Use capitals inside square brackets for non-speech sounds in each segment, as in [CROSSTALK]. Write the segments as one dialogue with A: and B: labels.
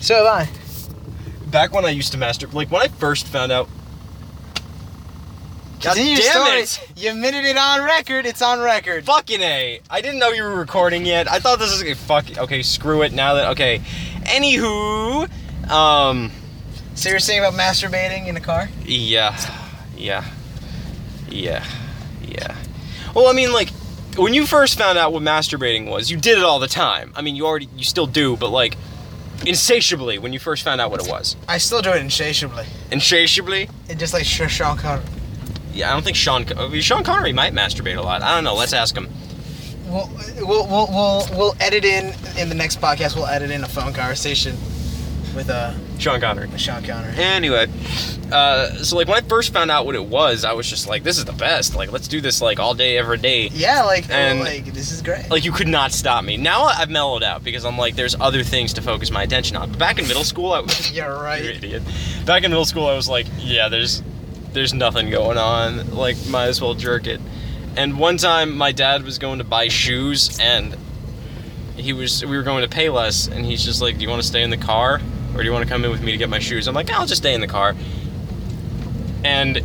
A: So have I.
B: Back when I used to master, like when I first found out. God
A: Continue your
B: damn
A: story.
B: it!
A: You admitted it on record. It's on record.
B: Fucking a! I didn't know you were recording yet. I thought this was fuck. Okay, screw it. Now that okay. Anywho, um,
A: So you were saying about masturbating in the car?
B: yeah, yeah, yeah, yeah. Well, I mean, like when you first found out what masturbating was, you did it all the time. I mean, you already, you still do, but like insatiably when you first found out what it was.
A: I still do it insatiably.
B: Insatiably.
A: It just like Sh- Sean Connery.
B: Yeah, I don't think Sean Con- Sean Connery might masturbate a lot. I don't know. Let's ask him.
A: We'll, we'll, we'll, we'll, we'll edit in in the next podcast. We'll edit in a phone conversation with uh,
B: Sean Connery.
A: Sean Connery.
B: Anyway, uh, so like when I first found out what it was, I was just like, "This is the best! Like, let's do this like all day, every day."
A: Yeah, like
B: And-
A: like this is great.
B: Like you could not stop me. Now I've mellowed out because I'm like, there's other things to focus my attention on. But back in middle school, I was
A: You're
B: you
A: right.
B: idiot. Back in middle school, I was like, yeah, there's there's nothing going on. Like, might as well jerk it. And one time, my dad was going to buy shoes, and he was we were going to Payless, and he's just like, do you want to stay in the car, or do you want to come in with me to get my shoes? I'm like, I'll just stay in the car. And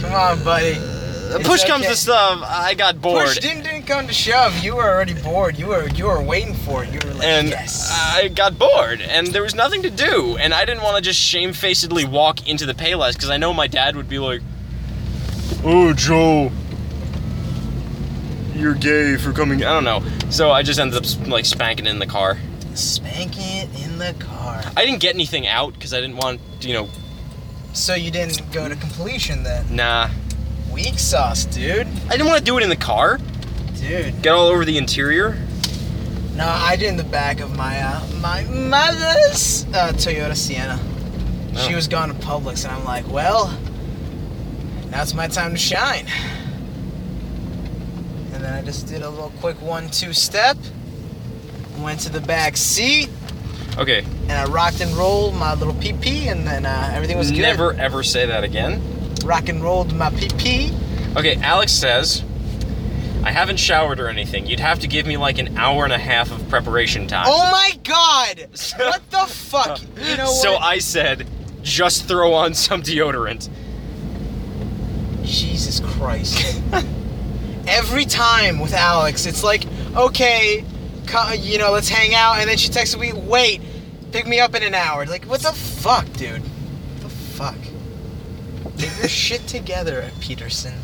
A: Come on, buddy.
B: uh,
A: It's
B: push comes
A: okay.
B: to shove, I got bored.
A: Push didn't, didn't come to shove. You were already bored. You were you were waiting for it. You were like,
B: and
A: yes.
B: I got bored, and there was nothing to do, and I didn't want to just shamefacedly walk into the Payless because I know my dad would be like, "Oh, Joe, you're gay for coming." I don't know, so I just ended up like spanking it in the car.
A: Spank it in the car.
B: I didn't get anything out because I didn't want, you know,
A: So you didn't go to completion then.
B: nah.
A: Weak sauce, dude.
B: I didn't want to do it in the car.
A: Dude.
B: Get all over the interior.
A: No, I did in the back of my uh, my mother's uh, Toyota Sienna. She
B: No.
A: was gone to Publix, and I'm like, well, now it's my time to shine. And then I just did a little quick one-two step, went to the back seat,
B: Okay,
A: and I rocked and rolled my little PP, and then uh, everything was good.
B: never ever say that again.
A: rock and rolled my PP.
B: Okay, Alex says, I haven't showered or anything. You'd have to give me like an hour and a half of preparation time.
A: Oh my God! What the fuck? You know what?
B: Uh, So I said, just throw on some deodorant.
A: Jesus Christ. Every time with Alex, it's like, okay, co- you know, let's hang out. And then she texts me, wait, pick me up in an hour. Like, what the fuck, dude? What the fuck? Get
B: [LAUGHS]
A: your shit together, Peterson.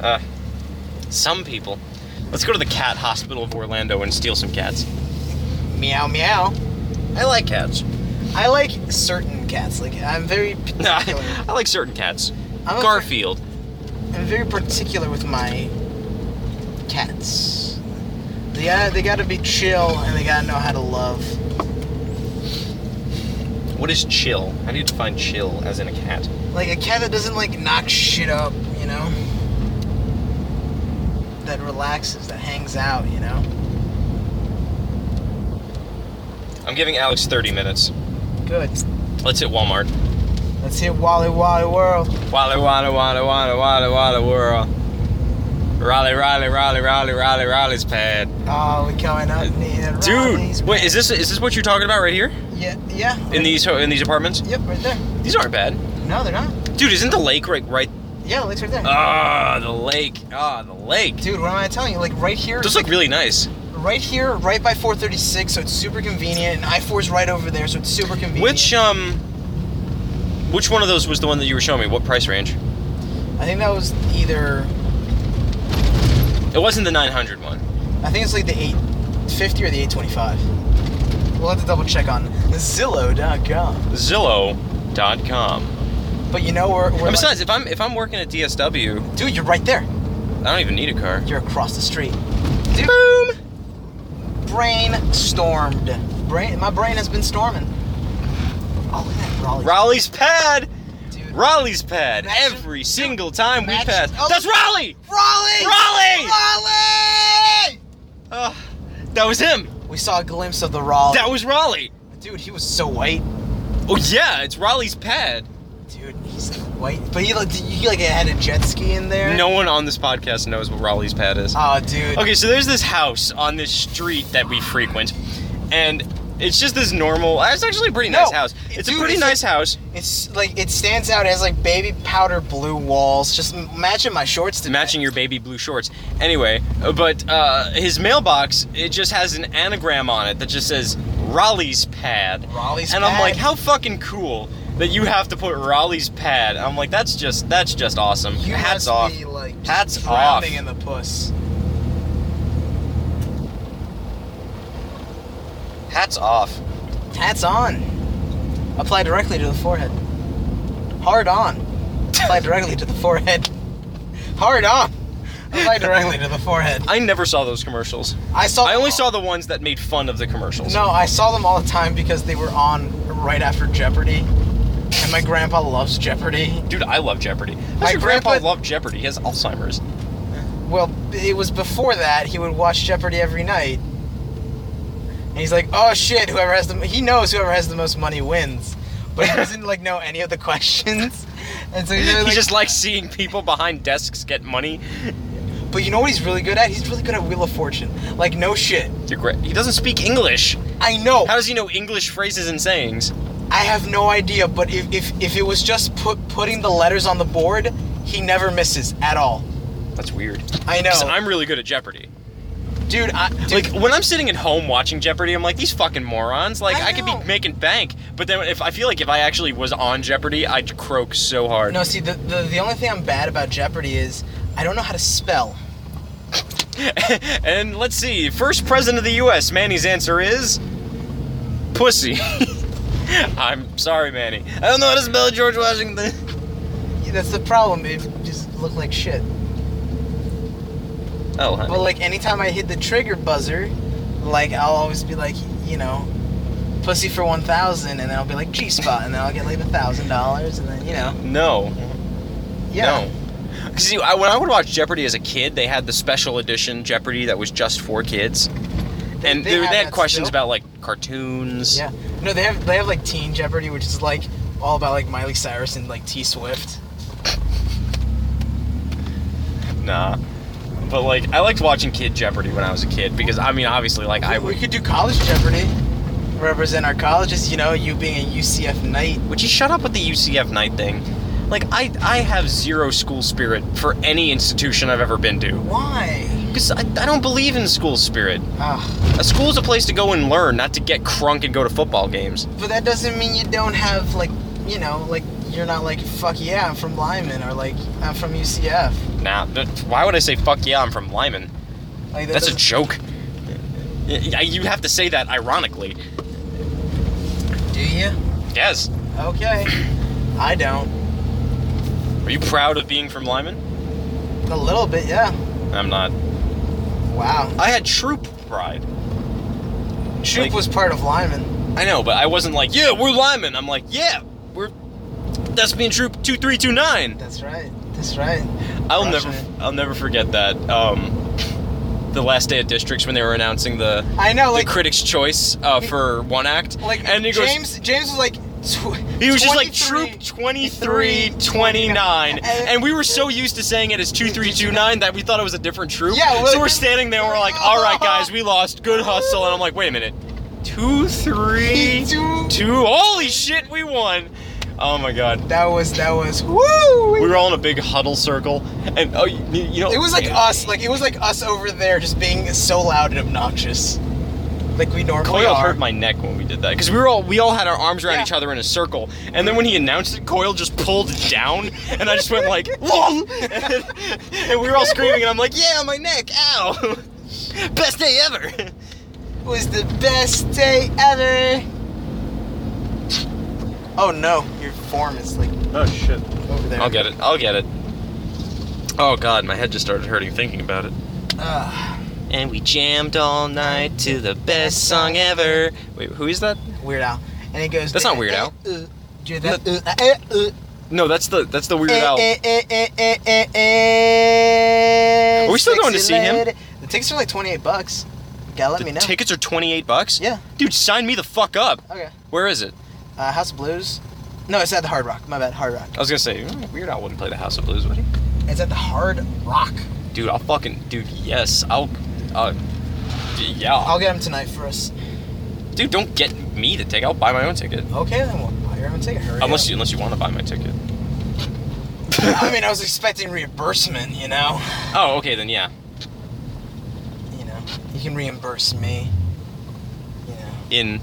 B: Uh, some people. Let's go to the cat hospital of Orlando and steal some cats.
A: Meow, meow.
B: I like cats.
A: I like certain cats. Like, I'm
B: [LAUGHS]
A: very
B: No,
A: particular.
B: [LAUGHS] I, I like certain cats.
A: I'm a-
B: Garfield.
A: I'm very particular with my cats. They gotta, they gotta be chill and they gotta know how to love.
B: What is chill? How do you define chill as in a cat?
A: Like a cat that doesn't like knock shit up, you know? That relaxes, that hangs out, you know?
B: I'm giving Alex 30 minutes.
A: Good.
B: Let's hit Walmart.
A: Let's hit Wally Wally World.
B: Walla walla walla walla walla walla whirl. Raleigh, Raleigh, Raleigh, Raleigh, Raleigh, Raleigh's pad.
A: Oh, we're coming up near the Raleigh.
B: Uh, Dude, wait, is this is this what you're talking about right here
A: Yeah, yeah.
B: in
A: right-
B: these ho- in these apartments?
A: Yep, right there.
B: These aren't bad.
A: No, they're not.
B: Dude, isn't the lake right right?
A: Yeah, the lake's right there.
B: Ah, the lake. Ah, the lake.
A: Dude, what am I telling you? Like right here,
B: Those look really nice.
A: right here, right by 436, so it's super convenient. And I 4 is right over there, so it's super convenient.
B: Which um, which one of those was the one that you were showing me? What price range?
A: I think that was either.
B: It wasn't the 900 one.
A: I think it's like the 850 or the 825. We'll have to double check on Zillow.com.
B: Zillow.com.
A: But you know we're, we're
B: And besides, if I'm if I'm working at DSW,
A: like- dude, you're right there.
B: I don't even need a car.
A: You're across the street.
B: Boom.
A: Brainstormed. Brain, my brain has been storming. Oh, look at that Raleigh.
B: Raleigh's pad.
A: dude.
B: Raleigh's pad
A: Imagine-
B: every single time we
A: Imagine-
B: pass.
A: oh,
B: That's Raleigh!
A: Raleigh!
B: Raleigh!
A: Raleigh!
B: Ugh, that was him.
A: We saw a glimpse of the Raleigh.
B: That was Raleigh.
A: dude, he was so white.
B: Oh yeah, it's Raleigh's pad.
A: Dude, he's White, but he like he like had a jet ski in there.
B: No one on this podcast knows what Raleigh's Pad is.
A: Oh, dude.
B: Okay, so there's this house on this street that we frequent, and it's just this normal. uh, It's actually a pretty
A: No,
B: nice house.
A: it-
B: It's
A: dude,
B: a pretty
A: it's
B: nice house.
A: It's like it stands out. It has like baby powder blue walls. Just m- matching my shorts today.
B: matching your baby blue shorts. Anyway, uh, but uh, his mailbox it just has an anagram on it that just says Raleigh's pad.
A: Raleigh's
B: and I'm like,
A: Pad.
B: how fucking cool that you have to put Raleigh's pad. I'm like, that's just that's just awesome.
A: You
B: Hats
A: must
B: off.
A: Be, like, just
B: Hats
A: drowning
B: off.
A: in the puss.
B: Hats off.
A: Hats on. Apply directly to the forehead. Hard on.
B: [LAUGHS]
A: Apply directly to the forehead. Hard on. Apply directly to the forehead.
B: I never saw those commercials.
A: I saw.
B: I only saw the ones that made fun of the commercials.
A: No, I saw them all the time because they were on right after Jeopardy, and my grandpa loves Jeopardy.
B: Dude, I love Jeopardy.
A: My
B: My your grandpa,
A: grandpa-
B: loved Jeopardy. He has Alzheimer's.
A: Well, it was before that. He would watch Jeopardy every night. And he's like, "Oh shit! Whoever has the he knows whoever has the most money wins," but he doesn't like know any of the questions. And so he's really
B: he
A: like,
B: just likes seeing people behind desks get money.
A: But you know what he's really good at? He's really good at Wheel of Fortune. Like no shit.
B: Your gra- He doesn't speak English.
A: I know.
B: How does he know English phrases and sayings?
A: I have no idea. But if, if if it was just put putting the letters on the board, he never misses at all.
B: That's weird.
A: I know,
B: 'Cause I'm really good at Jeopardy.
A: dude. I, dude
B: Like when I'm sitting at home watching Jeopardy, I'm like, these fucking morons. Like
A: I
B: I, could be
A: know.
B: making bank, but then if I feel like if I actually was on Jeopardy, I'd croak so hard.
A: no, see, the, the the only thing I'm bad about Jeopardy is I don't know how to spell.
B: and let's see, first president of the U.S. Manny's answer is pussy. [LAUGHS] I'm sorry, Manny. I don't know how to spell George Washington.
A: Yeah, That's the problem. It just looked like shit.
B: Oh, honey.
A: But like anytime I hit the trigger buzzer, like I'll always be like, you know, pussy for one thousand, and then I'll be like G spot, and then I'll get like a thousand dollars, and then you know,
B: no.
A: yeah.
B: No. See, I, when I would watch Jeopardy as a kid, they had the special edition Jeopardy that was just for kids, and
A: they
B: they,
A: have
B: they
A: that
B: had questions
A: still.
B: about like cartoons.
A: Yeah. No, they have they have like Teen Jeopardy, which is like all about like Miley Cyrus and like T Swift.
B: Nah. But like, I liked watching Kid Jeopardy when I was a kid because I mean, obviously, like I
A: we [LAUGHS]
B: would.
A: could do college Jeopardy. Represent our colleges, you know, you being a UCF knight.
B: Would you shut up with the UCF night thing? Like, I I have zero school spirit for any institution I've ever been to
A: Why? Ah,
B: because I, I don't believe in school spirit.
A: Ugh.
B: A school's a place to go and learn, not to get crunk and go to football games.
A: But that doesn't mean you don't have like, you know, like you're not like fuck yeah, I'm from Lyman or like I'm from UCF.
B: Nah, but why would I say fuck yeah? I'm from Lyman.
A: Like that
B: That's a
A: doesn't-
B: joke. Y- y- You have to say that ironically.
A: do you?
B: Yes.
A: Okay. I don't.
B: Are you proud of being from Lyman?
A: A little bit, yeah.
B: I'm not.
A: Wow.
B: I had troop pride.
A: Troop
B: Like-
A: was part of Lyman.
B: I know, but I wasn't like, yeah, we're Lyman. I'm like, yeah, we're. That's being troop two three two nine.
A: That's right. That's right.
B: I'll
A: Crushing
B: never,
A: it.
B: I'll never forget that. Um, the last day of districts when they were announcing the
A: I know, like
B: the critics' choice uh, for one act,
A: Like
B: and he goes,
A: James James was like tw-
B: He was just like
A: 23.
B: troop
A: [LAUGHS]
B: 2329. And we were so used to saying it as 2329 that we thought it was a different troop.
A: Yeah, well-
B: so we're standing there, we're like, all right, guys, we lost. Good hustle. And I'm like, wait a minute. two three two. Holy shit, we won. Oh my god.
A: That was that was woo.
B: We were all in a big huddle circle. And, oh, you, you know.
A: it was like us, like it was like us over there just being so loud and obnoxious. Like we normally
B: Coyle
A: are.
B: hurt my neck when we did that because we were all we all had our arms around
A: Yeah.
B: each other in a circle, and then when he announced it, Coyle just pulled down, and I just went like, [LAUGHS] "Lol!" and, we were all screaming, and I'm like, "Yeah, my neck, ow! [LAUGHS] Best day ever!" [LAUGHS]
A: It was the best day ever. Oh no, your form is like
B: Oh shit!
A: over there.
B: I'll get it. I'll get it. Oh god, my head just started hurting thinking about it.
A: Ugh.
B: And we jammed all night to the best song ever. Wait, who is that?
A: Weird Al. And it goes.
B: That's not Weird
A: eh,
B: Al.
A: eh, uh, do that, uh, eh, uh,
B: No, that's the that's the Weird
A: Eh,
B: Al.
A: eh, eh, eh, eh, eh, eh,
B: Are we still going to
A: sexy
B: see him?
A: lady. The tickets are like 28 bucks. Gotta let
B: The
A: me know.
B: tickets are 28 bucks.
A: Yeah.
B: Dude, sign me the fuck up.
A: Okay.
B: Where is it?
A: Uh, House of Blues, No, it's at the Hard Rock. My bad, Hard Rock.
B: I was gonna say, "Mm, Weird Al wouldn't play the House of Blues, would he?
A: It's at the Hard Rock.
B: Dude, I'll fucking, dude, yes, I'll, uh, d- yeah,
A: I'll get him tonight for us.
B: dude, don't get me the ticket. I'll buy my own ticket.
A: Okay, then we'll buy your own ticket. Hurry
B: Unless
A: up.
B: you, unless you want to buy my ticket.
A: [LAUGHS] I mean, I was expecting reimbursement. You know.
B: Oh, okay, then yeah.
A: You know. You can reimburse me. You know.
B: In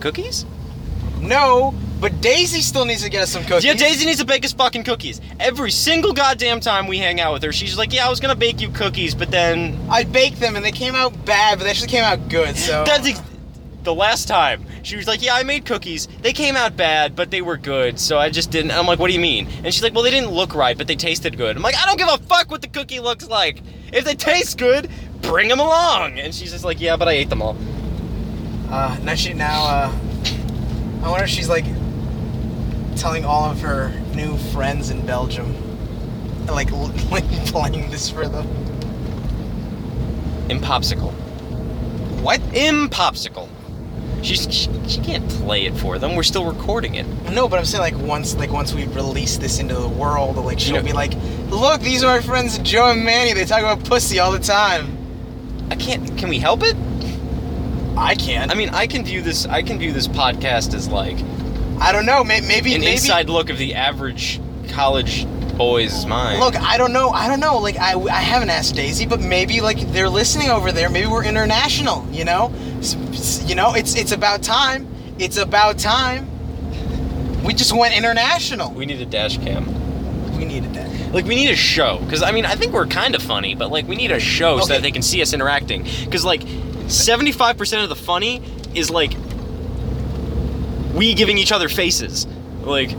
B: cookies?
A: No, but Daisy still needs to get us some cookies.
B: Yeah, Daisy needs to bake us fucking cookies. Every single goddamn time we hang out with her, she's like, "Yeah, I was gonna bake you cookies, but then
A: I baked them and they came out bad, but they actually came out good. So
B: [LAUGHS] that's ex- the last time." She was like, "Yeah, I made cookies. They came out bad, but they were good, so I just didn't." I'm like, "What do you mean?" And she's like, "Well, they didn't look right, but they tasted good." I'm like, "I don't give a fuck what the cookie looks like. If they taste good, bring them along." And she's just like, "Yeah, but I ate them all."
A: uh, now she now. Uh, I wonder if she's like telling all of her new friends in Belgium, like [LAUGHS] l- like playing this for them.
B: Impopsicle.
A: What?
B: Impopsicle. She's, she, she can't play it for them. We're still recording it.
A: No, but I'm saying like once like once we release this into the world, like she'll
B: know-
A: be like, look, these are my friends Joe and Manny. They talk about pussy all the time.
B: I can't. Can we help it?
A: I can't.
B: I mean, I can view this. I can view this podcast as like an
A: I don't know. May- maybe maybe.
B: inside look of the average college boy's mind.
A: Look, I don't know. I don't know. Like, I, I haven't asked Daisy, but maybe like they're listening over there. Maybe we're international. You know, S- s- you know, it's it's about time. It's about time. We just went international. We,
B: we need a dash cam.
A: we needed that.
B: Like, we need a show because I mean, I think we're kind of funny, but like, we need a show so that
A: Okay.
B: they can see us interacting. Because like, seventy-five percent of the funny is like we giving each other faces. Like,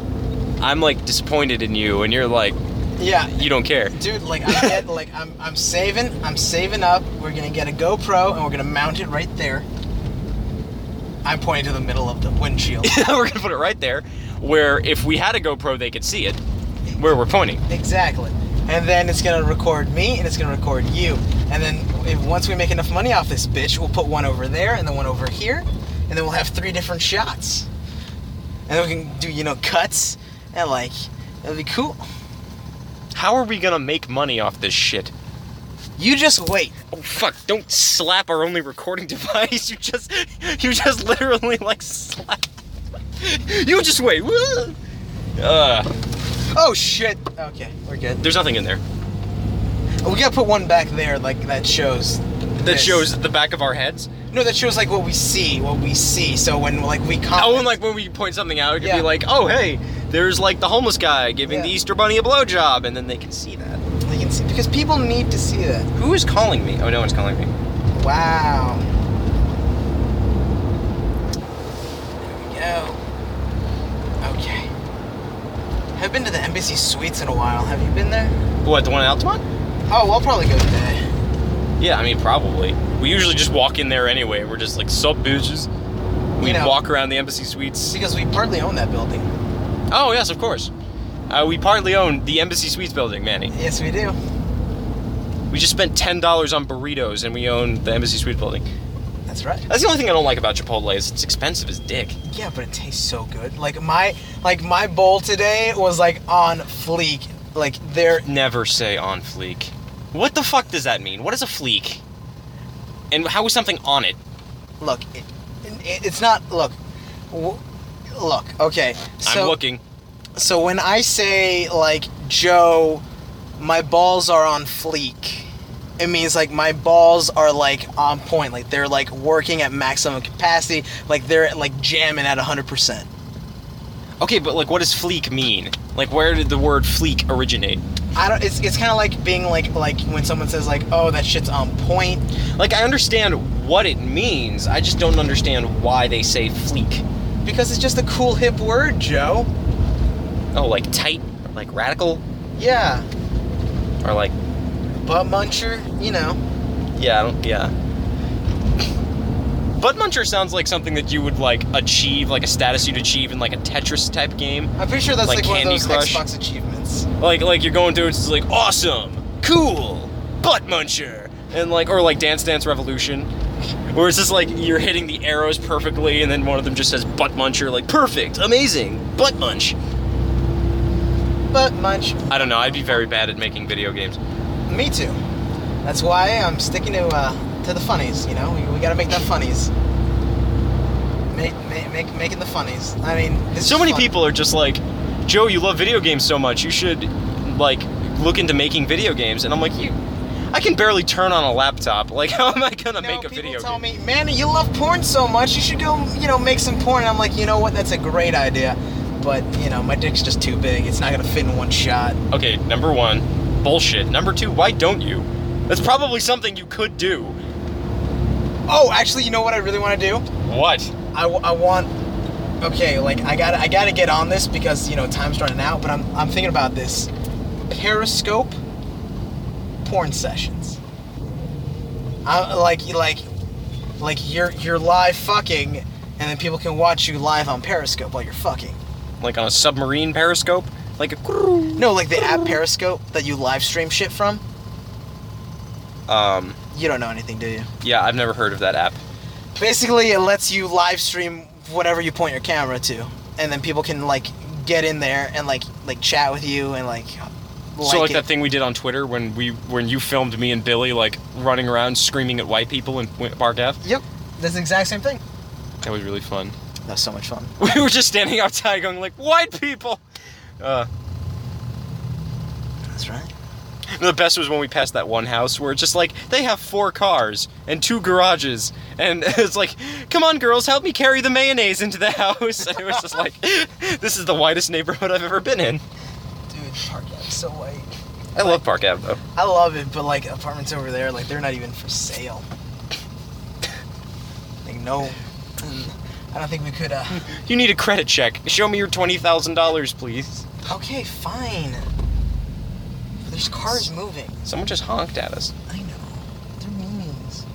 B: I'm like disappointed in you, and you're like,
A: Yeah,
B: you don't care. [LAUGHS]
A: dude. Like I get, like I'm I'm saving. I'm saving up. We're gonna get a GoPro and we're gonna mount it right there. I'm pointing to the middle of the
B: [LAUGHS]
A: windshield.
B: we're gonna put it right there, where if we had a GoPro, they could see it, where we're pointing.
A: Exactly. And then it's gonna record me and it's gonna record you. And then if, once we make enough money off this bitch, we'll put one over there and then one over here, and then we'll have three different shots. And then we can do you know cuts and like that'd be cool.
B: How are we gonna make money off this shit?
A: You just wait.
B: Oh fuck! Don't slap our only recording [LAUGHS] device. You just, you just literally like slap. You just wait. Uh,
A: Oh shit. Okay, we're good.
B: there's nothing in there
A: We gotta put one back there like that shows.
B: that
A: this.
B: shows the back of our heads.
A: No, that shows like what we see, what we see. So when like we comment.
B: Oh, and like when we point something out, it could
A: Yeah.
B: be like, oh hey, there's like the homeless guy giving the
A: Yeah.
B: Easter Bunny a blowjob, and then they can see that.
A: they can see because people need to see that.
B: Who is calling me? Oh, no one's calling me.
A: Wow. There we go. Okay. Haven't been to the Embassy Suites in a while. Have you been there?
B: What the one in Altamont?
A: Oh, well, I'll probably go today.
B: Yeah, I mean, probably. We usually just walk in there anyway. We're just like, sup, bitches. We
A: You know.
B: walk around the embassy suites.
A: Because we partly own that building.
B: Oh, yes, of course. Uh, we partly own the embassy suites building, Manny.
A: Yes, we do.
B: We just spent $10 on burritos and we own the embassy suites building.
A: That's right.
B: That's the only thing I don't like about Chipotle is it's expensive as dick.
A: Yeah, but it tastes so good. Like my like my bowl today was like on fleek. Like there
B: Never say on fleek. What the fuck does that mean? What is a fleek? And how is something on it?
A: look, it, it, it's not look. W- look, okay. So
B: I'm looking.
A: So when I say like Joe, my balls are on fleek, it means like my balls are like on point, like they're like working at maximum capacity, like they're like jamming at hundred percent.
B: Okay, but like, what does fleek mean? Like, where did the word fleek originate?
A: I don't. It's, it's kind of like being like like when someone says like oh that shit's on point.
B: Like I understand what it means, I just don't understand why they say fleek.
A: Because it's just a cool hip word, Joe.
B: Oh, like tight, or like radical,
A: Yeah,
B: or like
A: butt muncher. You know.
B: yeah, I don't yeah. Butt muncher sounds like something that you would like achieve, like a status you'd achieve in like a Tetris type game.
A: I'm pretty sure that's
B: Like
A: like, one of
B: Candy
A: those
B: Crush?
A: Xbox achievements.
B: Like like you're going through it's like awesome, cool, butt muncher, and like or like Dance Dance Revolution. Where it's just like you're hitting the arrows perfectly, and then one of them just says butt muncher, like perfect, amazing, butt munch.
A: But much.
B: I don't know. I'd be very bad at making video games.
A: Me too. That's why I'm sticking to uh, to the funnies. You know, we, we gotta make
B: [LAUGHS]
A: that funnies. Make, make, make making the funnies. I mean, it's
B: So
A: just
B: many
A: fun.
B: people are just like, Joe, you love video games so much, you should like look into making video games. And I'm like, you, I can barely turn on a laptop. [LAUGHS] Like, how am I
A: You know,
B: gonna make a
A: people
B: video
A: tell
B: game?
A: me, man, you love porn so much, you should go, you know, make some porn. And I'm like, you know what? That's a great idea, but you know, my dick's just too big. It's not gonna fit in one shot.
B: Okay, number one, bullshit. Number two, why don't you? That's probably something you could do.
A: Oh, actually, you know what I really want to do?
B: What?
A: I, w- I want okay like i gotta i gotta get on this because you know time's running out but i'm i'm thinking about this periscope porn sessions i like you like like you're you're live fucking and then people can watch you live on periscope while you're fucking
B: Like on a submarine periscope? Like a. [LAUGHS]
A: no like the app periscope that you live stream shit from
B: Um.
A: you don't know anything do you
B: Yeah, I've never heard of that app.
A: basically it lets you live stream whatever you point your camera to and then people can like get in there and like like chat with you and like
B: so like
A: it.
B: that thing we did on Twitter when we when you filmed me and Billy like running around screaming at white people in Wi- Park Ave.
A: Yep, that's the exact same thing.
B: That was really fun.
A: That was so much fun.
B: [LAUGHS] We were just standing outside going like white people. Uh,
A: That's right.
B: the best was when we passed that one house where it's just like they have four cars and two garages and [LAUGHS] it's like come on girls help me carry the mayonnaise into the [LAUGHS] house and it was just like [LAUGHS] this is the whitest neighborhood I've ever been in.
A: Dude, Park Ave's so white.
B: I love Park Ave though.
A: I love it, but like apartments over there, like they're not even for sale. Like no, Mm. I don't think we could. uh...
B: You need a credit check. Show me your twenty thousand dollars, please.
A: Okay, fine. But there's cars moving.
B: Someone just honked at us.
A: I know. They're meanies.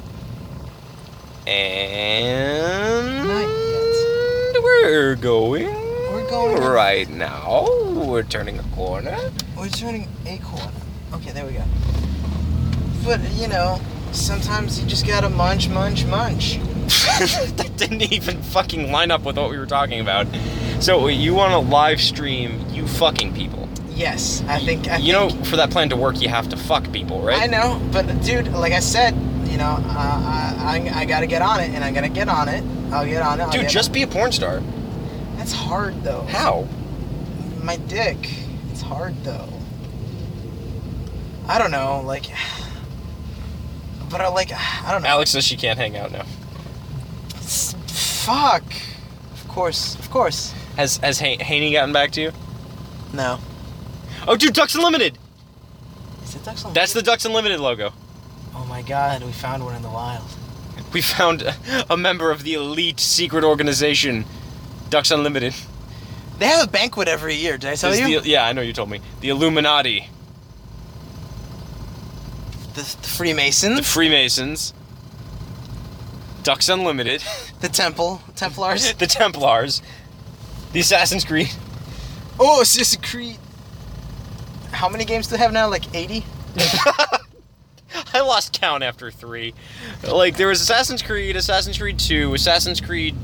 B: And
A: Not
B: we're going.
A: We're going-
B: right now. We're turning a corner.
A: We're Oh, turning a corner. Okay, there we go. But you know, sometimes you just gotta munch, munch, munch.
B: [LAUGHS] that didn't even fucking line up with what we were talking about. So you want to live stream you fucking people?
A: Yes, I think. I
B: you
A: think,
B: know, for that plan to work, you have to fuck people, right?
A: I know, but dude, like I said, you know, uh, I, I I gotta get on it, and I'm gonna get on it. I'll get on it. I'll
B: Dude,
A: get
B: just be a porn star.
A: that's hard though.
B: How?
A: My dick, it's hard though. I don't know, like, [SIGHS] but I like I don't know.
B: Alex says she can't hang out now.
A: S- Fuck. Of course, of course.
B: Has has Han- Haney gotten back to you?
A: No.
B: Oh, dude, Ducks Unlimited.
A: Is it ducks on?
B: That's the Ducks Unlimited logo.
A: Oh my god, we found one in the wild.
B: We found a- a member of the elite secret organization, Ducks Unlimited.
A: They have a banquet every year. Did I tell
B: Is
A: you?
B: the- uh, yeah, I know you told me. The Illuminati,
A: The, the
B: the
A: Freemasons,
B: Freemasons, Ducks Unlimited, [LAUGHS]
A: the Temple, Templars.
B: the Templars, the Assassin's Creed. [LAUGHS]
A: Oh, Assassin's Creed. How many games do they have now? Like 80?
B: I lost count after three. Like there was Assassin's Creed, Assassin's Creed Two, Assassin's Creed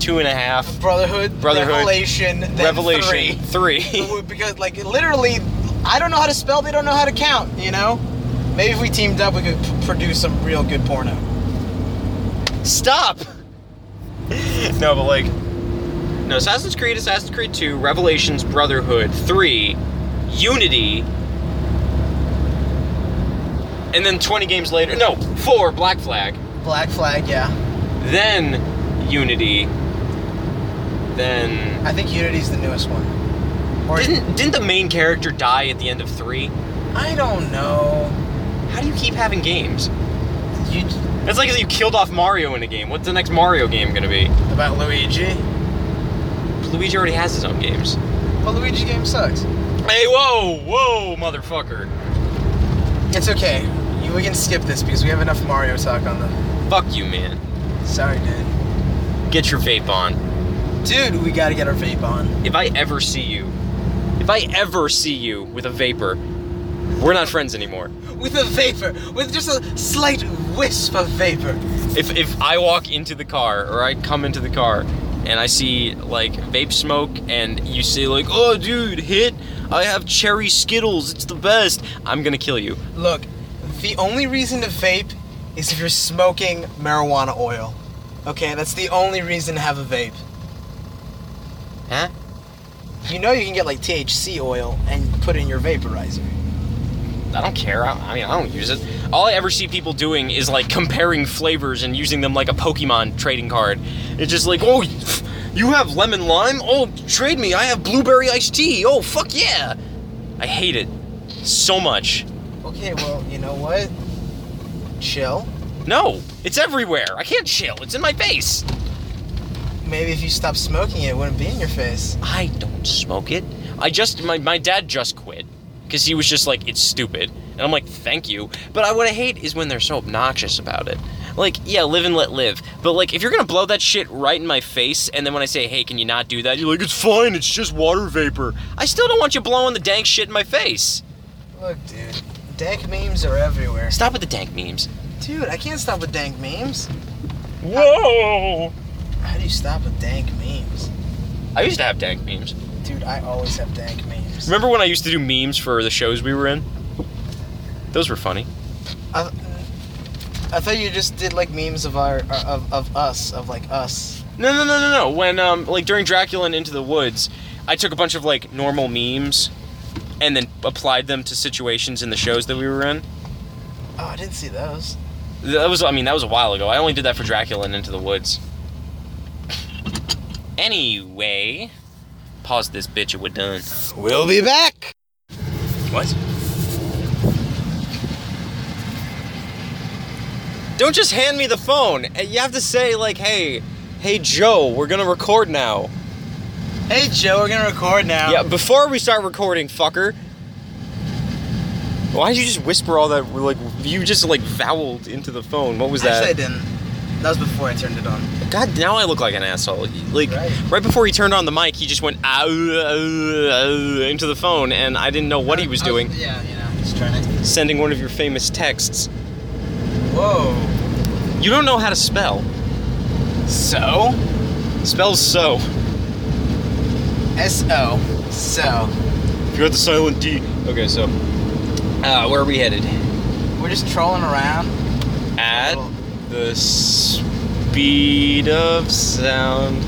B: Two and a Half,
A: Brotherhood,
B: Brotherhood,
A: Revelation, then [LAUGHS]
B: Revelation Three. [LAUGHS]
A: Three. because, like, literally, I don't know how to spell, they don't know how to count, you know? Maybe if we teamed up, we could p- produce some real good porno.
B: Stop. [LAUGHS] no, but like, no Assassin's Creed, Assassin's Creed Two, Revelations, Brotherhood Three, Unity, and then twenty games later, no four, Black Flag,
A: Black Flag, yeah.
B: then Unity, then.
A: I think Unity's the newest one. Or
B: Didn't didn't the main character die at the end of three?
A: I don't know.
B: How do you keep having games?
A: You,
B: It's like if you killed off Mario in a game. What's the next Mario game gonna be?
A: about Luigi?
B: Luigi already has his own games.
A: Well, Luigi game sucks.
B: Hey, whoa, whoa, motherfucker!
A: It's okay. You- We can skip this because we have enough Mario talk on the.
B: Fuck you, man.
A: Sorry, dude.
B: Get your vape on.
A: Dude, we gotta get our vape on.
B: If I ever see you, if I ever see you with a vapor, We're not friends anymore.
A: with a vapor, with just a slight wisp of vapor.
B: If if I walk into the car or I come into the car and I see like vape smoke and you say like, "Oh dude, hit. I have cherry Skittles. It's the best." I'm going to kill you.
A: Look, the only reason to vape is if you're smoking marijuana oil. Okay, that's the only reason to have a vape.
B: Huh?
A: You know you can get like THC oil and put it in your vaporizer.
B: I don't care. I, I mean, I don't use it. All I ever see people doing is like comparing flavors and using them like a Pokemon trading card. It's just like, oh, you have lemon lime? Oh, trade me. I have blueberry iced tea. Oh, fuck yeah. I hate it so much.
A: Okay, well, you know what? Chill.
B: No, it's everywhere. I can't chill. It's in my face.
A: Maybe if you stopped smoking it, it wouldn't be in your face.
B: I don't smoke it. I just my, my dad just quit because he was just like it's stupid, and I'm like thank you. But I, what I hate is when they're so obnoxious about it. Like yeah, live and let live. But like if you're gonna blow that shit right in my face, and then when I say hey, can you not do that? You're like it's fine, it's just water vapor. I still don't want you blowing the dank shit in my face.
A: Look, dude, dank memes are everywhere.
B: Stop with the dank memes.
A: Dude, I can't stop with dank memes.
B: Whoa!
A: How do you stop with dank memes?
B: I used to have dank memes.
A: Dude, I always have dank memes.
B: Remember when I used to do memes for the shows we were in? Those were funny.
A: I, I thought you just did like memes of our uh, of, of us of like us.
B: No, no, no, no, no. When um, like during Dracula and Into the Woods, I took a bunch of like normal memes, and then applied them to situations in the shows that we were in.
A: Oh, I didn't see those.
B: That was, I mean, that was a while ago. I only did that for Dracula and Into the Woods. Anyway, pause this bitch. and We're done.
A: We'll be back.
B: What? Don't just hand me the phone. You have to say like, "Hey, hey Joe, we're gonna record now."
A: Hey Joe, we're gonna record now.
B: Yeah, before we start recording, fucker. Why did you just whisper all that? Like you just like voweled into the phone. What was
A: Actually, I
B: that?
A: didn't. That was before I turned it on.
B: God, now I look like an asshole. Like
A: Right.
B: right, before he turned on the mic, he just went ow, ow, ow, into the phone, and I didn't know what he was
A: I
B: doing.
A: yeah, you know, just trying to.
B: Sending one of your famous texts.
A: Whoa.
B: You don't know how to spell.
A: So.
B: Spells so.
A: S O. So.
B: You got the silent D. Okay, so uh, where are we headed?
A: We're just trolling around.
B: At the speed of sound.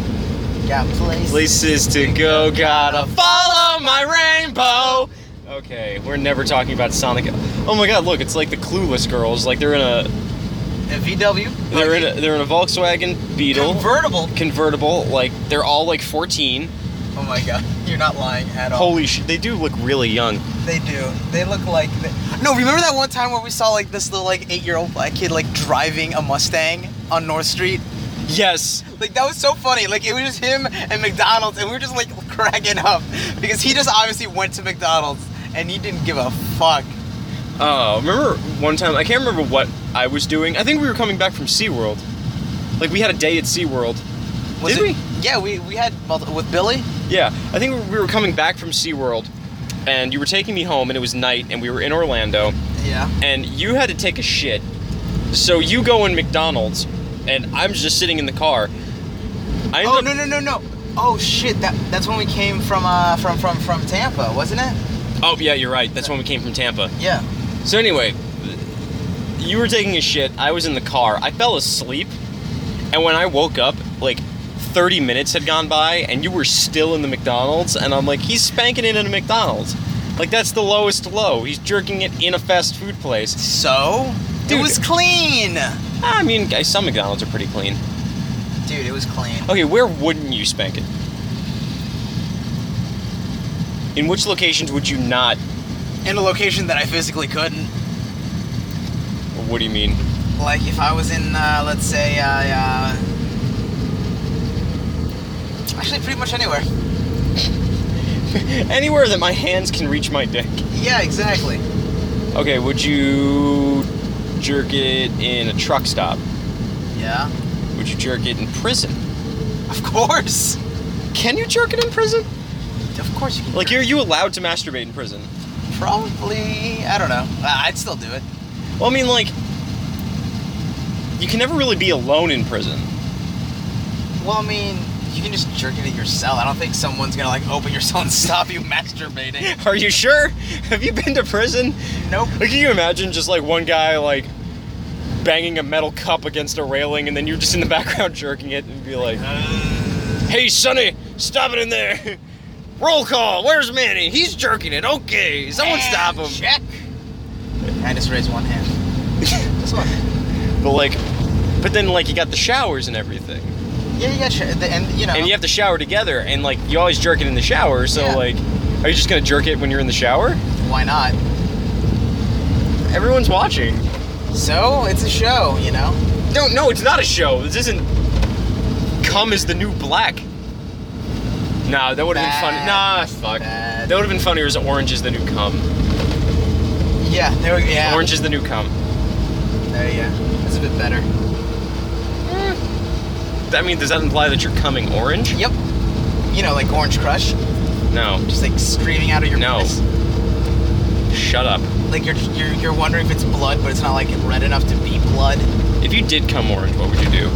A: Got places.
B: places to go. Gotta follow my rainbow. Okay, we're never talking about Sonic. Oh my God! Look, it's like the Clueless girls. Like they're in a
A: A VW.
B: they're in a, they're in a Volkswagen Beetle
A: Convertible.
B: convertible. Like they're all like 14.
A: Oh my god, you're not lying at all.
B: Holy shit! They do look really young.
A: They do. They look like. They... No, remember that one time where we saw like this little like eight-year-old black kid like driving a Mustang on North Street.
B: Yes.
A: Like that was so funny. Like it was just him and McDonald's, and we were just like [LAUGHS] cracking up because he just obviously went to McDonald's and he didn't give a fuck.
B: Oh, remember one time? I can't remember what I was doing. I think we were coming back from SeaWorld. Like we had a day at SeaWorld. Did we?
A: Yeah, we we had multi- with Billy.
B: Yeah, I think we were coming back from SeaWorld, and you were taking me home, and it was night, and we were in Orlando,
A: Yeah.
B: and you had to take a shit. So you go in McDonald's, and I'm just sitting in the car. I
A: Oh
B: end
A: no no no no. Oh shit, that that's when we came from uh from from from Tampa, wasn't it?
B: Oh, yeah, you're right. That's when we came from Tampa.
A: Yeah.
B: So anyway, you were taking a shit. I was in the car. I fell asleep, and when I woke up, like 30 minutes had gone by, and you were still in the McDonald's. And I'm like, he's spanking it in a McDonald's. Like that's the lowest low. He's jerking it in a fast food place.
A: So it
B: Dude.
A: was clean.
B: I mean, guys, some McDonald's are pretty clean.
A: Dude, it was clean.
B: Okay, where wouldn't you spank it? In which locations would you not?
A: In a location that I physically couldn't.
B: What do you mean? [LAUGHS]
A: Like if I was in, uh, let's say, uh, uh, actually pretty much anywhere.
B: Anywhere that my hands can reach my dick.
A: Yeah, exactly.
B: Okay, would you jerk it in a truck stop?
A: Yeah.
B: Would you jerk it in prison?
A: Of course.
B: Can you jerk it in prison?
A: Of course you can.
B: Like,
A: jerk-
B: are you allowed to masturbate in prison?
A: Probably, I don't know. I- I'd still do it.
B: Well, I mean, like, you can never really be alone in prison. [LAUGHS]
A: Well, I mean, you can just jerk it at your cell. I don't think someone's gonna like open your cell and [LAUGHS] stop you masturbating.
B: Are you sure? Have you been to prison?
A: Nope.
B: Like, can you imagine just like one guy like banging a metal cup against a railing, and then you're just in the [LAUGHS] background jerking it, and be like, "Hey, Sonny, stop it in there." [LAUGHS] Roll call. Where's Manny? He's jerking it. Okay, someone stop him.
A: Check. I just raised one
B: [LAUGHS]
A: hand. this one.
B: But like, but then like you got the showers and everything,
A: Yeah, you got sh- the- and you know.
B: and you have to shower together, and like you always jerk it in the shower. So
A: Yeah.
B: like, are you just gonna jerk it when you're in the shower?
A: why not?
B: Everyone's watching.
A: So it's a show, you know.
B: No, no, it's not a show. This isn't. Come is the new black. Nah, that would have been
A: Bad.
B: funny. Nah, fuck.
A: Bad.
B: That would have been funnier as Orange is the New Cum.
A: Yeah, there we go. Yeah.
B: Orange is the New Cum.
A: There you go. That's a bit better.
B: I mean, does that imply that you're coming orange?
A: Yep. You know, like Orange Crush,
B: No.
A: just like streaming out of your
B: No.
A: penis.
B: Shut up.
A: Like you're, you're you're wondering if it's blood, but it's not like red enough to be blood.
B: If you did come orange, what would you do?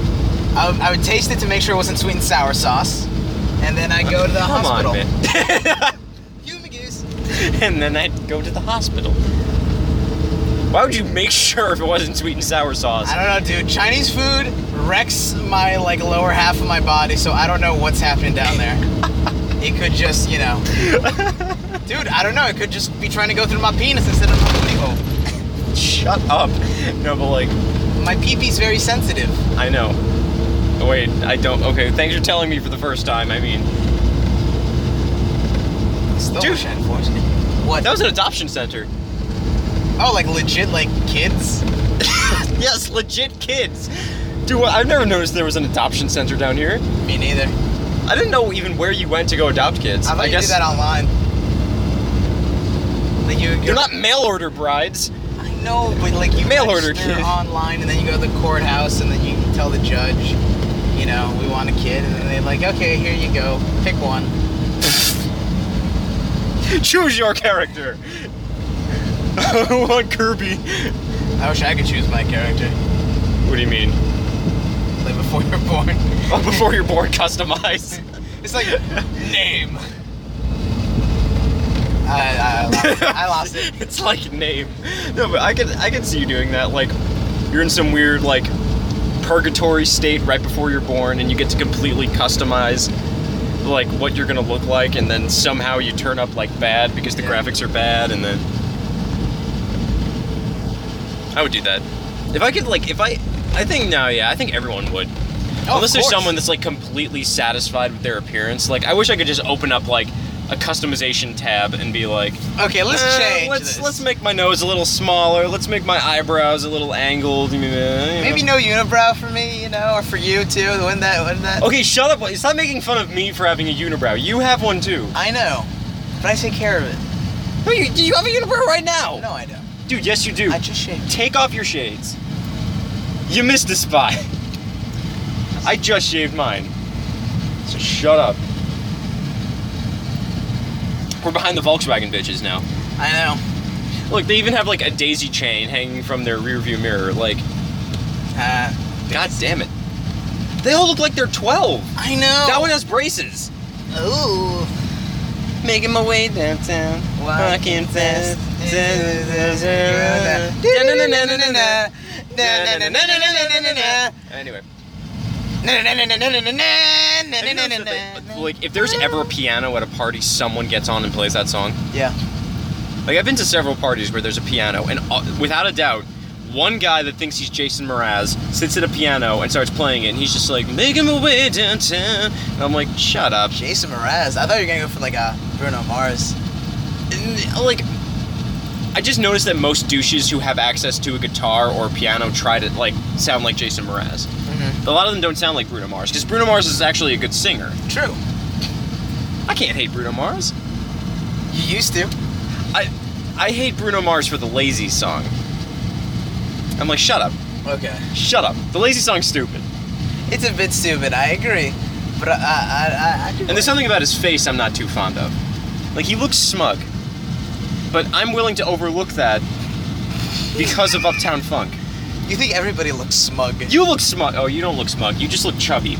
A: I, would- I would taste it to make sure it wasn't sweet and sour sauce, and then I go to the
B: come
A: hospital.
B: on, man. [LAUGHS]
A: Human goose.
B: and then I'd go to the hospital. Why would you make sure if it wasn't sweet and sour sauce?
A: I don't know, dude. Chinese food wrecks my like lower half of my body, so I don't know what's happening down
B: [LAUGHS]
A: there. it could just, you know, dude. I don't know. It could just be trying to go through my penis instead of my booty hole.
B: Shut up. No, but like,
A: My pee pee's very sensitive.
B: I know. Wait, I don't. Okay, thanks for telling me for the first time. I mean,
A: Still
B: Dude.
A: wish I had forced it. What?
B: that was an adoption center.
A: oh, like legit, like kids.
B: yes, legit kids. Dude, I've never noticed there was an adoption center down here.
A: Me neither.
B: I didn't know even where you went to go adopt kids.
A: I thought you
B: guess
A: did that online. Like you,
B: they're not mail order brides. [LAUGHS]
A: I know, but like you
B: Mail order
A: register
B: kid.
A: online, and then you go to the courthouse, and then you tell the judge, you know, we want a kid, and then they're like, okay, here you go, pick one.
B: Choose your character. [LAUGHS] I want Kirby.
A: I wish I could choose my character,
B: What do you mean? [LAUGHS]
A: like before [LAUGHS] you're born.
B: Oh, before you're born, customize.
A: It's like name. I, I, lost, [LAUGHS] I lost it.
B: it's like name. No, but I could I could see you doing that. Like you're in some weird like purgatory state right before you're born, and you get to completely customize like what you're gonna look like, and then somehow you turn up like bad because the
A: Yeah.
B: graphics are bad, and then I would do that if I could. Like if I I think no, yeah, I think everyone would.
A: Oh, of
B: Unless there's
A: course.
B: someone that's like completely satisfied with their appearance. Like I wish I could just open up like a customization tab and be like,
A: Okay, let's
B: uh,
A: change
B: Let's
A: this.
B: let's make my nose a little smaller. Let's make my eyebrows a little angled. you know.
A: Maybe no unibrow for me, you know, or for you too. Wouldn't that? Wouldn't that?
B: Okay, shut up. Stop making fun of me for having a unibrow. You have one too.
A: I know, but I take care of it.
B: No, you, do you have a unibrow right now?
A: No, I don't.
B: Dude, yes you do.
A: I just shave.
B: Take off your shades. You missed a spot. I just shaved mine. So shut up. We're behind the Volkswagen bitches now.
A: I know.
B: Look, they even have like a daisy chain hanging from their rearview mirror. Like,
A: Uh,
B: god damn it. They all look like they're 12.
A: I know.
B: That one has braces.
A: Ooh.
B: Making my way downtown,
A: Walking fast.
B: Anyway, I noticed that they- like if there's ever a piano at a party, someone gets on and plays that song.
A: Yeah.
B: Like I've been to several parties where there's a piano, and uh, without a doubt, one guy that thinks he's Jason Mraz sits at a piano and starts playing it, and he's just like making my way downtown. And I'm like, shut up.
A: Jason Mraz. I thought you were gonna go for like a Bruno Mars.
B: And, like I just noticed that most douches who have access to a guitar or a piano try to like sound like Jason Mraz.
A: Mm-hmm.
B: A lot of them don't sound like Bruno Mars because Bruno Mars is actually a good singer.
A: True.
B: I can't hate Bruno Mars.
A: You used to.
B: I I hate Bruno Mars for the Lazy song. I'm like, shut up,
A: Okay.
B: shut up. The Lazy song's stupid.
A: It's a bit stupid. I agree. But I, I, I, I do.
B: And there's something about his face I'm not too fond of. Like he looks smug. but I'm willing to overlook that because of Uptown Funk.
A: You think everybody looks smug?
B: You look smug. Oh, you don't look smug. You just look chubby.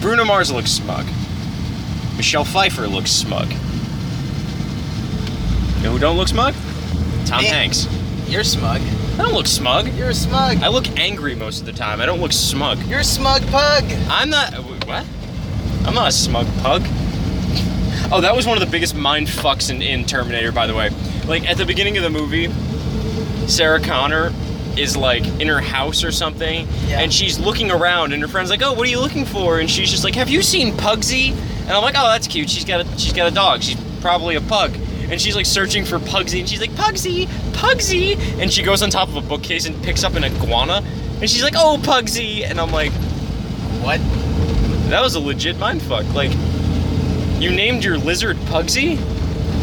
B: Bruno Mars looks smug. Michelle Pfeiffer looks smug. You know who don't look smug? Tom
A: Me.
B: Hanks.
A: You're smug.
B: I don't look smug.
A: You're a smug.
B: I look angry most of the time. I don't look smug.
A: You're a smug pug.
B: I'm not. wh- What? I'm not a smug pug. Oh, that was one of the biggest mind fucks in, in Terminator, by the way. Like, at the beginning of the movie, Sarah Connor is like in her house or something,
A: Yeah.
B: and she's looking around, and her friend's like, "Oh, what are you looking for?" And she's just like, "Have you seen Pugsy?" And I'm like, "Oh, that's cute. She's got a she's got a dog. She's probably a pug." And she's like searching for Pugsy, and she's like, "Pugsy, Pugsy!" And she goes on top of a bookcase and picks up an iguana, and she's like, "Oh, Pugsy!" And I'm like,
A: What?
B: that was a legit mindfuck. Like, you named your lizard Pugsy?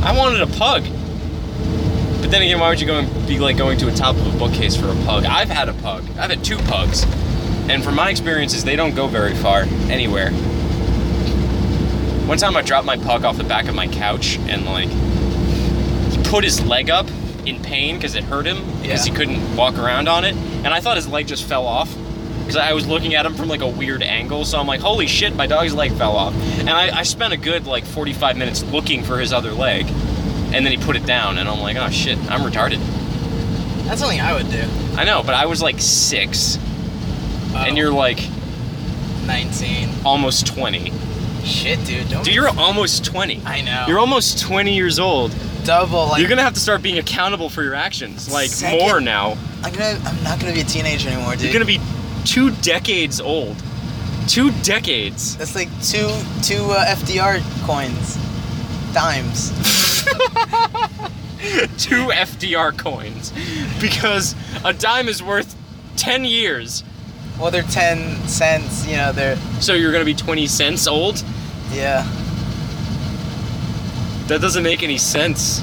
B: I wanted a pug. But then again, why would you go and be like going to a top of a bookcase for a pug? I've had a pug. I've had two pugs. And from my experiences, they don't go very far anywhere. One time I dropped my pug off the back of my couch and like he put his leg up in pain because it hurt him because
A: Yeah.
B: he couldn't walk around on it. And I thought his leg just fell off because I was looking at him from like a weird angle. So I'm like, holy shit, my dog's leg fell off. And I, I spent a good like 45 minutes looking for his other leg. And then he put it down, and I'm like, oh shit, I'm retarded.
A: That's something I would do.
B: I know, but I was like six,
A: Oh,
B: and you're like
A: 19.
B: almost 20.
A: Shit, dude. Don't.
B: Dude, you're almost 20.
A: I know.
B: You're almost 20 years old.
A: double. Like
B: you're gonna have to start being accountable for your actions, like
A: Second-
B: more now.
A: I'm gonna. I'm not gonna be a teenager anymore, dude.
B: You're gonna be two decades old. Two
A: [LAUGHS]
B: decades.
A: That's like two two uh, FDR coins, dimes.
B: two FDR coins, because a dime is worth 10 years.
A: Well, they're ten cents. You know, they're
B: So you're gonna be 20 cents old.
A: yeah.
B: That doesn't make any sense.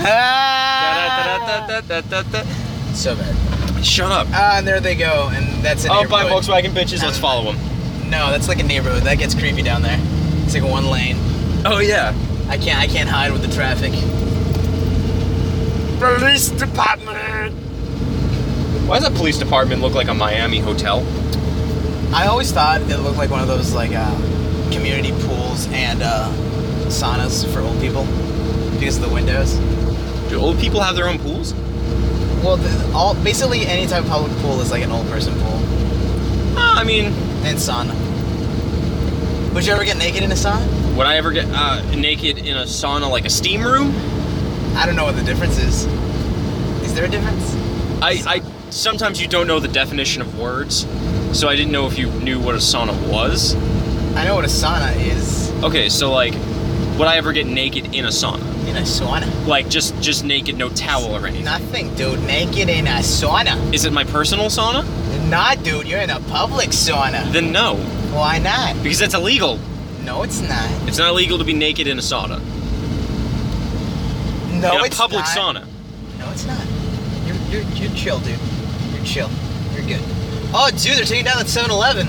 A: Ah!
B: Da-da-da-da-da-da-da-da.
A: So bad.
B: Shut up.
A: Ah, and there they go, and that's it.
B: Oh, bye, Volkswagen bitches. Let's follow him.
A: No, that's like a neighborhood. That gets creepy down there. It's like one lane.
B: Oh yeah.
A: I can't. I can't hide with the traffic. Police department.
B: Why does that police department look like a Miami hotel?
A: I always thought it looked like one of those like uh, community pools and uh, saunas for old people because of the windows.
B: Do old people have their own pools?
A: Well, the, all basically any type of public pool is like an old person pool
B: Ah, I mean,
A: and sauna. Would you ever get naked in a sauna?
B: would I ever get uh, naked in a sauna like a steam room?
A: I don't know what the difference is. Is there a difference?
B: I, I sometimes you don't know the definition of words, so I didn't know if you knew what a sauna was.
A: I know what a sauna is
B: Okay, so like, would I ever get naked in a sauna?
A: in a sauna.
B: Like just just naked, no towel or anything?
A: Nothing, dude. Naked in a sauna.
B: Is it my personal sauna?
A: Nah, dude. You're in a public sauna.
B: Then no,
A: Why not?
B: because that's illegal.
A: No, it's not.
B: It's not illegal to be naked in a sauna.
A: No,
B: in a
A: it's
B: public
A: not.
B: sauna.
A: No, it's not. You're, you're, you're chill, dude. You're chill. You're good. Oh, dude, they're taking down that 7 Eleven.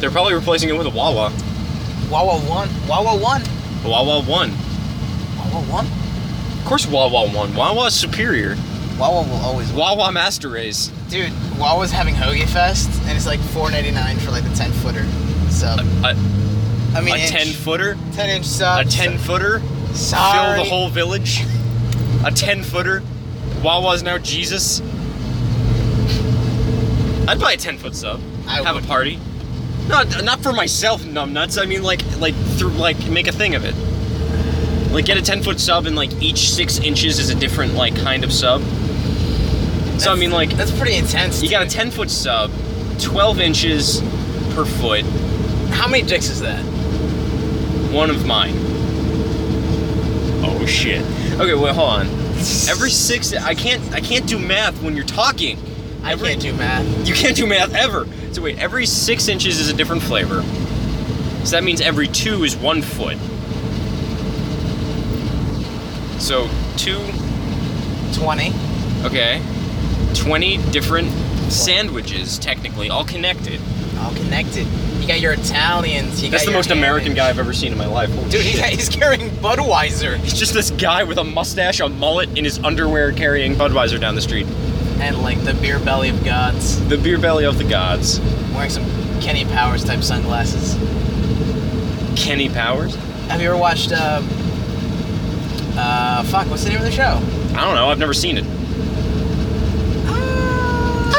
B: They're probably replacing it with a Wawa.
A: Wawa 1. Wawa 1.
B: A Wawa one.
A: Wawa 1.
B: Of course, Wawa won. Wawa is superior.
A: Wawa will always win.
B: Wawa master race.
A: Dude, Wawa's having Hoagie Fest, and it's like four ninety nine for like the 10 footer sub.
B: A,
A: I mean,
B: a
A: inch.
B: ten footer.
A: 10 inch sub.
B: A ten footer.
A: Sorry.
B: Fill the whole village. A ten footer. Wawa's now Jesus. I'd buy a ten foot sub.
A: I
B: have
A: would.
B: a party. Not not for myself, numbnuts. I mean, like like through like make a thing of it. Like get a ten foot sub, and like each six inches is a different like kind of sub. so I mean, like
A: That's pretty intense.
B: you got a
A: dude.
B: ten foot sub, twelve inches per foot.
A: How many dicks is that?
B: One of mine. Oh shit. Okay, wait, hold on. Every six, I can't, I can't do math when you're talking.
A: I
B: Every-
A: can't do math.
B: You can't do math ever. So wait, every six inches is a different flavor. So that means every two is one foot. So two,
A: 20.
B: okay, twenty different sandwiches technically, all connected.
A: All connected. You got your Italians. You
B: That's
A: got
B: the
A: your
B: most
A: Hammond.
B: American guy I've ever seen in my life. Holy
A: Dude, he,
B: shit.
A: he's carrying Budweiser
B: It's just this guy with a mustache, a mullet, in his underwear carrying Budweiser down the street.
A: and like the beer belly of gods,
B: The beer belly of the gods.
A: wearing some Kenny Powers type sunglasses.
B: Kenny Powers?
A: Have you ever watched? Uh, uh, fuck, what's the name of the show?
B: I don't know, I've never seen it. Ah!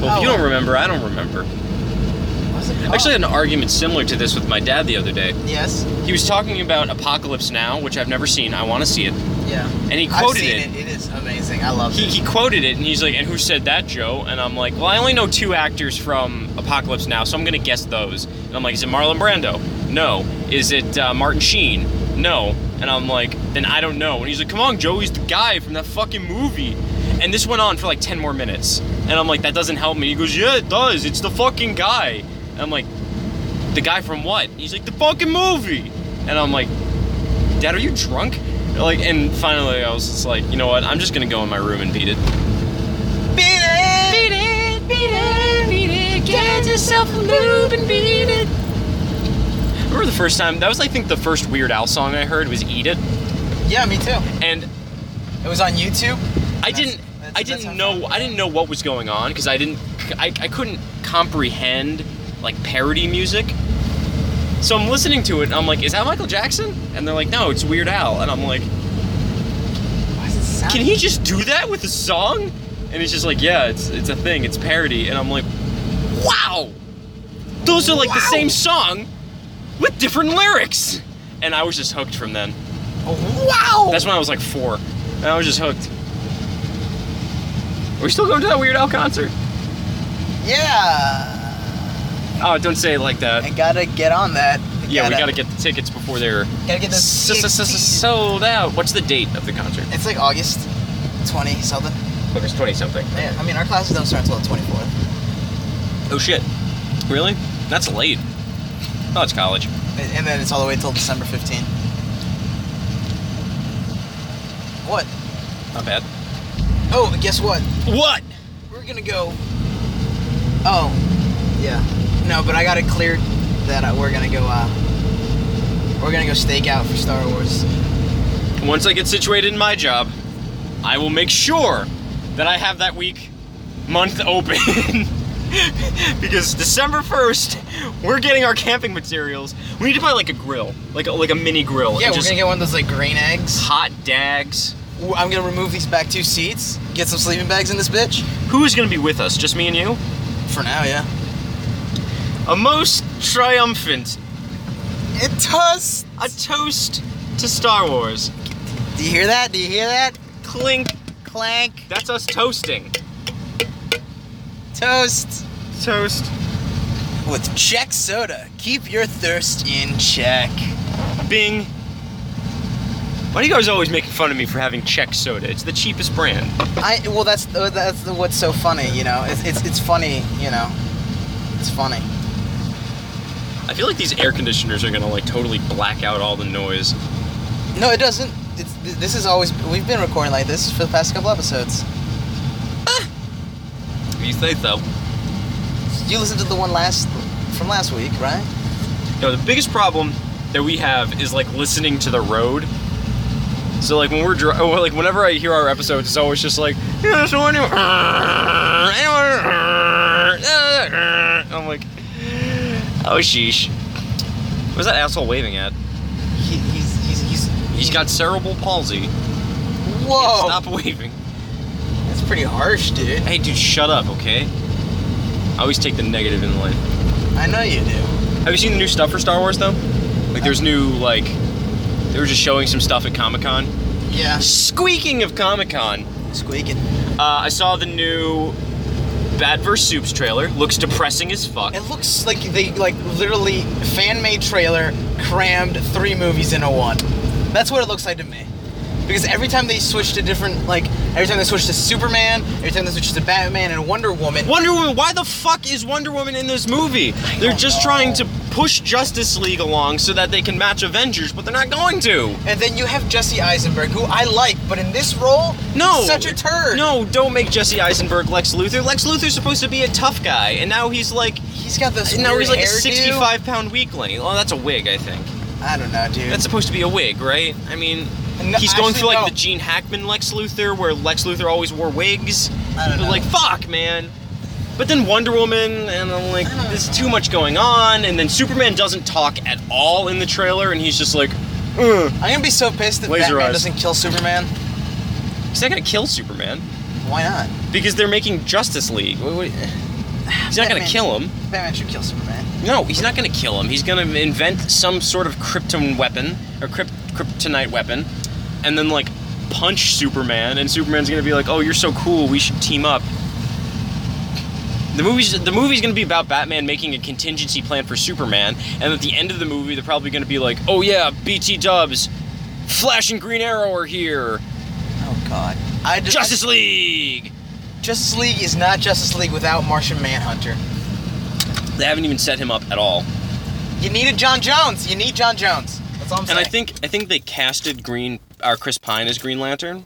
B: Well, if
A: Oh,
B: you don't
A: well.
B: remember, I don't remember.
A: What's it
B: I
A: called?
B: actually had an argument similar to this with my dad the other day.
A: yes,
B: He was talking about Apocalypse Now, which I've never seen. I want to see it.
A: yeah.
B: And he
A: I've
B: quoted
A: seen
B: it.
A: it. It is amazing. I love
B: He,
A: it.
B: he quoted it, and he's like, "And who said that, Joe?" And I'm like, "Well, I only know two actors from Apocalypse Now, so I'm gonna guess those." And I'm like, "Is it Marlon Brando? No. Is it uh, Martin Sheen? No." And I'm like, "Then I don't know." And he's like, "Come on, Joe, he's the guy from that fucking movie." And this went on for like ten more minutes, and I'm like, "That doesn't help me." He goes, "Yeah, it does. It's the fucking guy." And I'm like, "The guy from what?" He's like, "The fucking movie." And I'm like, Dad, are you drunk? Like, and finally, I was just like, you know what? I'm just gonna go in my room and beat it.
A: Beat it!
B: it, beat it, beat it. Get yourself a lube and beat it. Remember the first time? That was, I think, the first Weird Al song I heard was "Eat It,"
A: Yeah, me too.
B: and
A: It was on YouTube.
B: I
A: That's-
B: didn't,
A: that's-
B: I
A: that
B: didn't
A: sounds
B: know,
A: fun.
B: I didn't know what was going on because I didn't, I, I couldn't comprehend like parody music. So I'm listening to it, and I'm like, "Is that Michael Jackson?" And they're like, "No, it's Weird Al," and I'm like.
A: Why does it sound?
B: can he just do that with a song? And he's just like, yeah, it's it's a thing, it's parody, and I'm like, wow, those are like the
A: Wow.
B: same song with different lyrics, and I was just hooked from then.
A: Oh, Wow!
B: That's when I was like four, and I was just hooked. Are we still going to that Weird Al concert?
A: yeah.
B: Oh, don't say it like that.
A: I gotta get on that. I
B: Yeah, we gotta get the tickets before they're
A: Gotta get the
B: s- s- s- s-
A: CXCs.
B: sold out. What's the date of the concert?
A: It's like August 20 something.
B: Look, it's twenty something.
A: Yeah, I mean, our classes don't start until the 24th.
B: Oh shit, really? That's late. Oh, it's college.
A: And and then it's all the way till December 15th. What?
B: Not bad.
A: Oh, and guess what?
B: What?
A: We're gonna go. Oh, yeah. No, but I got it cleared that uh, we're gonna go. Uh, we're gonna go stake out for Star Wars.
B: Once I get situated in my job, I will make sure that I have that week, month open. [LAUGHS] because December 1st, we're getting our camping materials. We need to buy like a grill, like a, like a mini grill. and
A: Yeah, we're
B: just
A: gonna get one of those like green eggs.
B: hot dags.
A: Ooh, I'm gonna remove these back two seats. Get some sleeping bags in this bitch.
B: Who is going to be with us? Just me and you?
A: For now, yeah.
B: A most triumphant,
A: It does.
B: a toast to Star Wars.
A: Do you hear that? Do you hear that?
B: Clink.
A: Clank.
B: That's us toasting.
A: Toast.
B: Toast.
A: With Czech soda, keep your thirst in check.
B: Bing. Why do you guys always making fun of me for having Czech soda? It's the cheapest brand.
A: I well, that's uh, that's the- what's so funny, you know. It's it's, it's funny, you know. It's funny.
B: I feel like these air conditioners are gonna like totally black out all the noise.
A: No, it doesn't. It's, th- this is always we've been recording like this for the past couple episodes.
B: If you think though.
A: You listened to the one last from last week, right?
B: No, the biggest problem that we have is like listening to the road. So like when we're dri- well, like whenever I hear our episodes, it's always just like yeah, so anyway, anyway, I'm like, oh sheesh. What's that asshole waving at?
A: He, he's he's he's
B: He's got cerebral palsy.
A: whoa.
B: Stop waving.
A: That's pretty harsh, dude.
B: Hey, dude, shut up, okay? I always take the negative in life.
A: I know you do.
B: Have you seen the new stuff for Star Wars, though? Like, there's new, like, they were just showing some stuff at Comic Con.
A: Yeah.
B: Squeaking of Comic Con,
A: Squeaking.
B: uh, I saw the new Bad vs. Soups trailer. Looks depressing as fuck.
A: It looks like they like literally fan made trailer crammed three movies into one. That's what it looks like to me. because every time they switch to different, like every time they switch to Superman, every time they switch to Batman and Wonder Woman,
B: Wonder Woman. Why the fuck is Wonder Woman in this movie? They're
A: don't
B: just
A: know.
B: trying to push Justice League along so that they can match Avengers, but they're not going to.
A: and then you have Jesse Eisenberg, who I like, but in this role,
B: No.
A: such a turd.
B: No, don't make Jesse Eisenberg Lex Luthor. Lex Luthor's supposed to be a tough guy, and now he's like
A: he's got this.
B: now
A: weird
B: he's like a
A: hairdo.
B: 65 pound weakling. Oh, that's a wig, I think.
A: I don't know, dude.
B: That's supposed to be a wig, right? I mean,
A: No,
B: he's going through
A: actually,
B: like
A: no.
B: the Gene Hackman Lex Luthor, where Lex Luthor always wore wigs.
A: I don't
B: But,
A: know.
B: Like, fuck, man. But then Wonder Woman, and I'm like, there's too much going on. And then Superman doesn't talk at all in the trailer, and he's just like, Ugh.
A: I'm gonna be so pissed that
B: Laser
A: Batman
B: eyes.
A: doesn't kill Superman.
B: he's not gonna kill Superman
A: Why not?
B: because they're making Justice League. Wait, wait, [SIGHS] He's not gonna
A: Batman-
B: kill him.
A: Batman should kill Superman.
B: No, he's not gonna kill him. He's gonna invent some sort of krypton weapon or krypt- kryptonite weapon, and then like punch Superman, and Superman's gonna be like, "Oh, you're so cool. We should team up." The movie's the movie's gonna be about Batman making a contingency plan for Superman, and at the end of the movie, they're probably gonna be like, "Oh yeah, BT Dubs, Flash and Green Arrow are here.
A: Oh God. I just,
B: Justice League."
A: Justice League is not Justice League without Martian Manhunter.
B: They haven't even set him up at all.
A: You needed John Jones. You need John Jones. That's all I'm saying.
B: And I think I think they casted Green our Chris Pine as Green Lantern.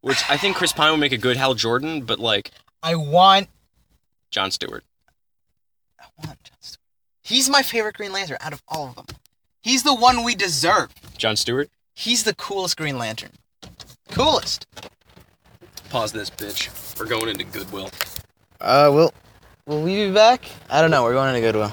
B: Which I think Chris Pine would make a good Hal Jordan, but like
A: I want.
B: John Stewart.
A: I want John Stewart. He's my favorite Green Lantern out of all of them. He's the one we deserve.
B: John Stewart?
A: He's the coolest Green Lantern. Coolest.
B: Pause this bitch. We're going into Goodwill.
A: Uh, will will we be back? I don't know. We're going to Goodwill.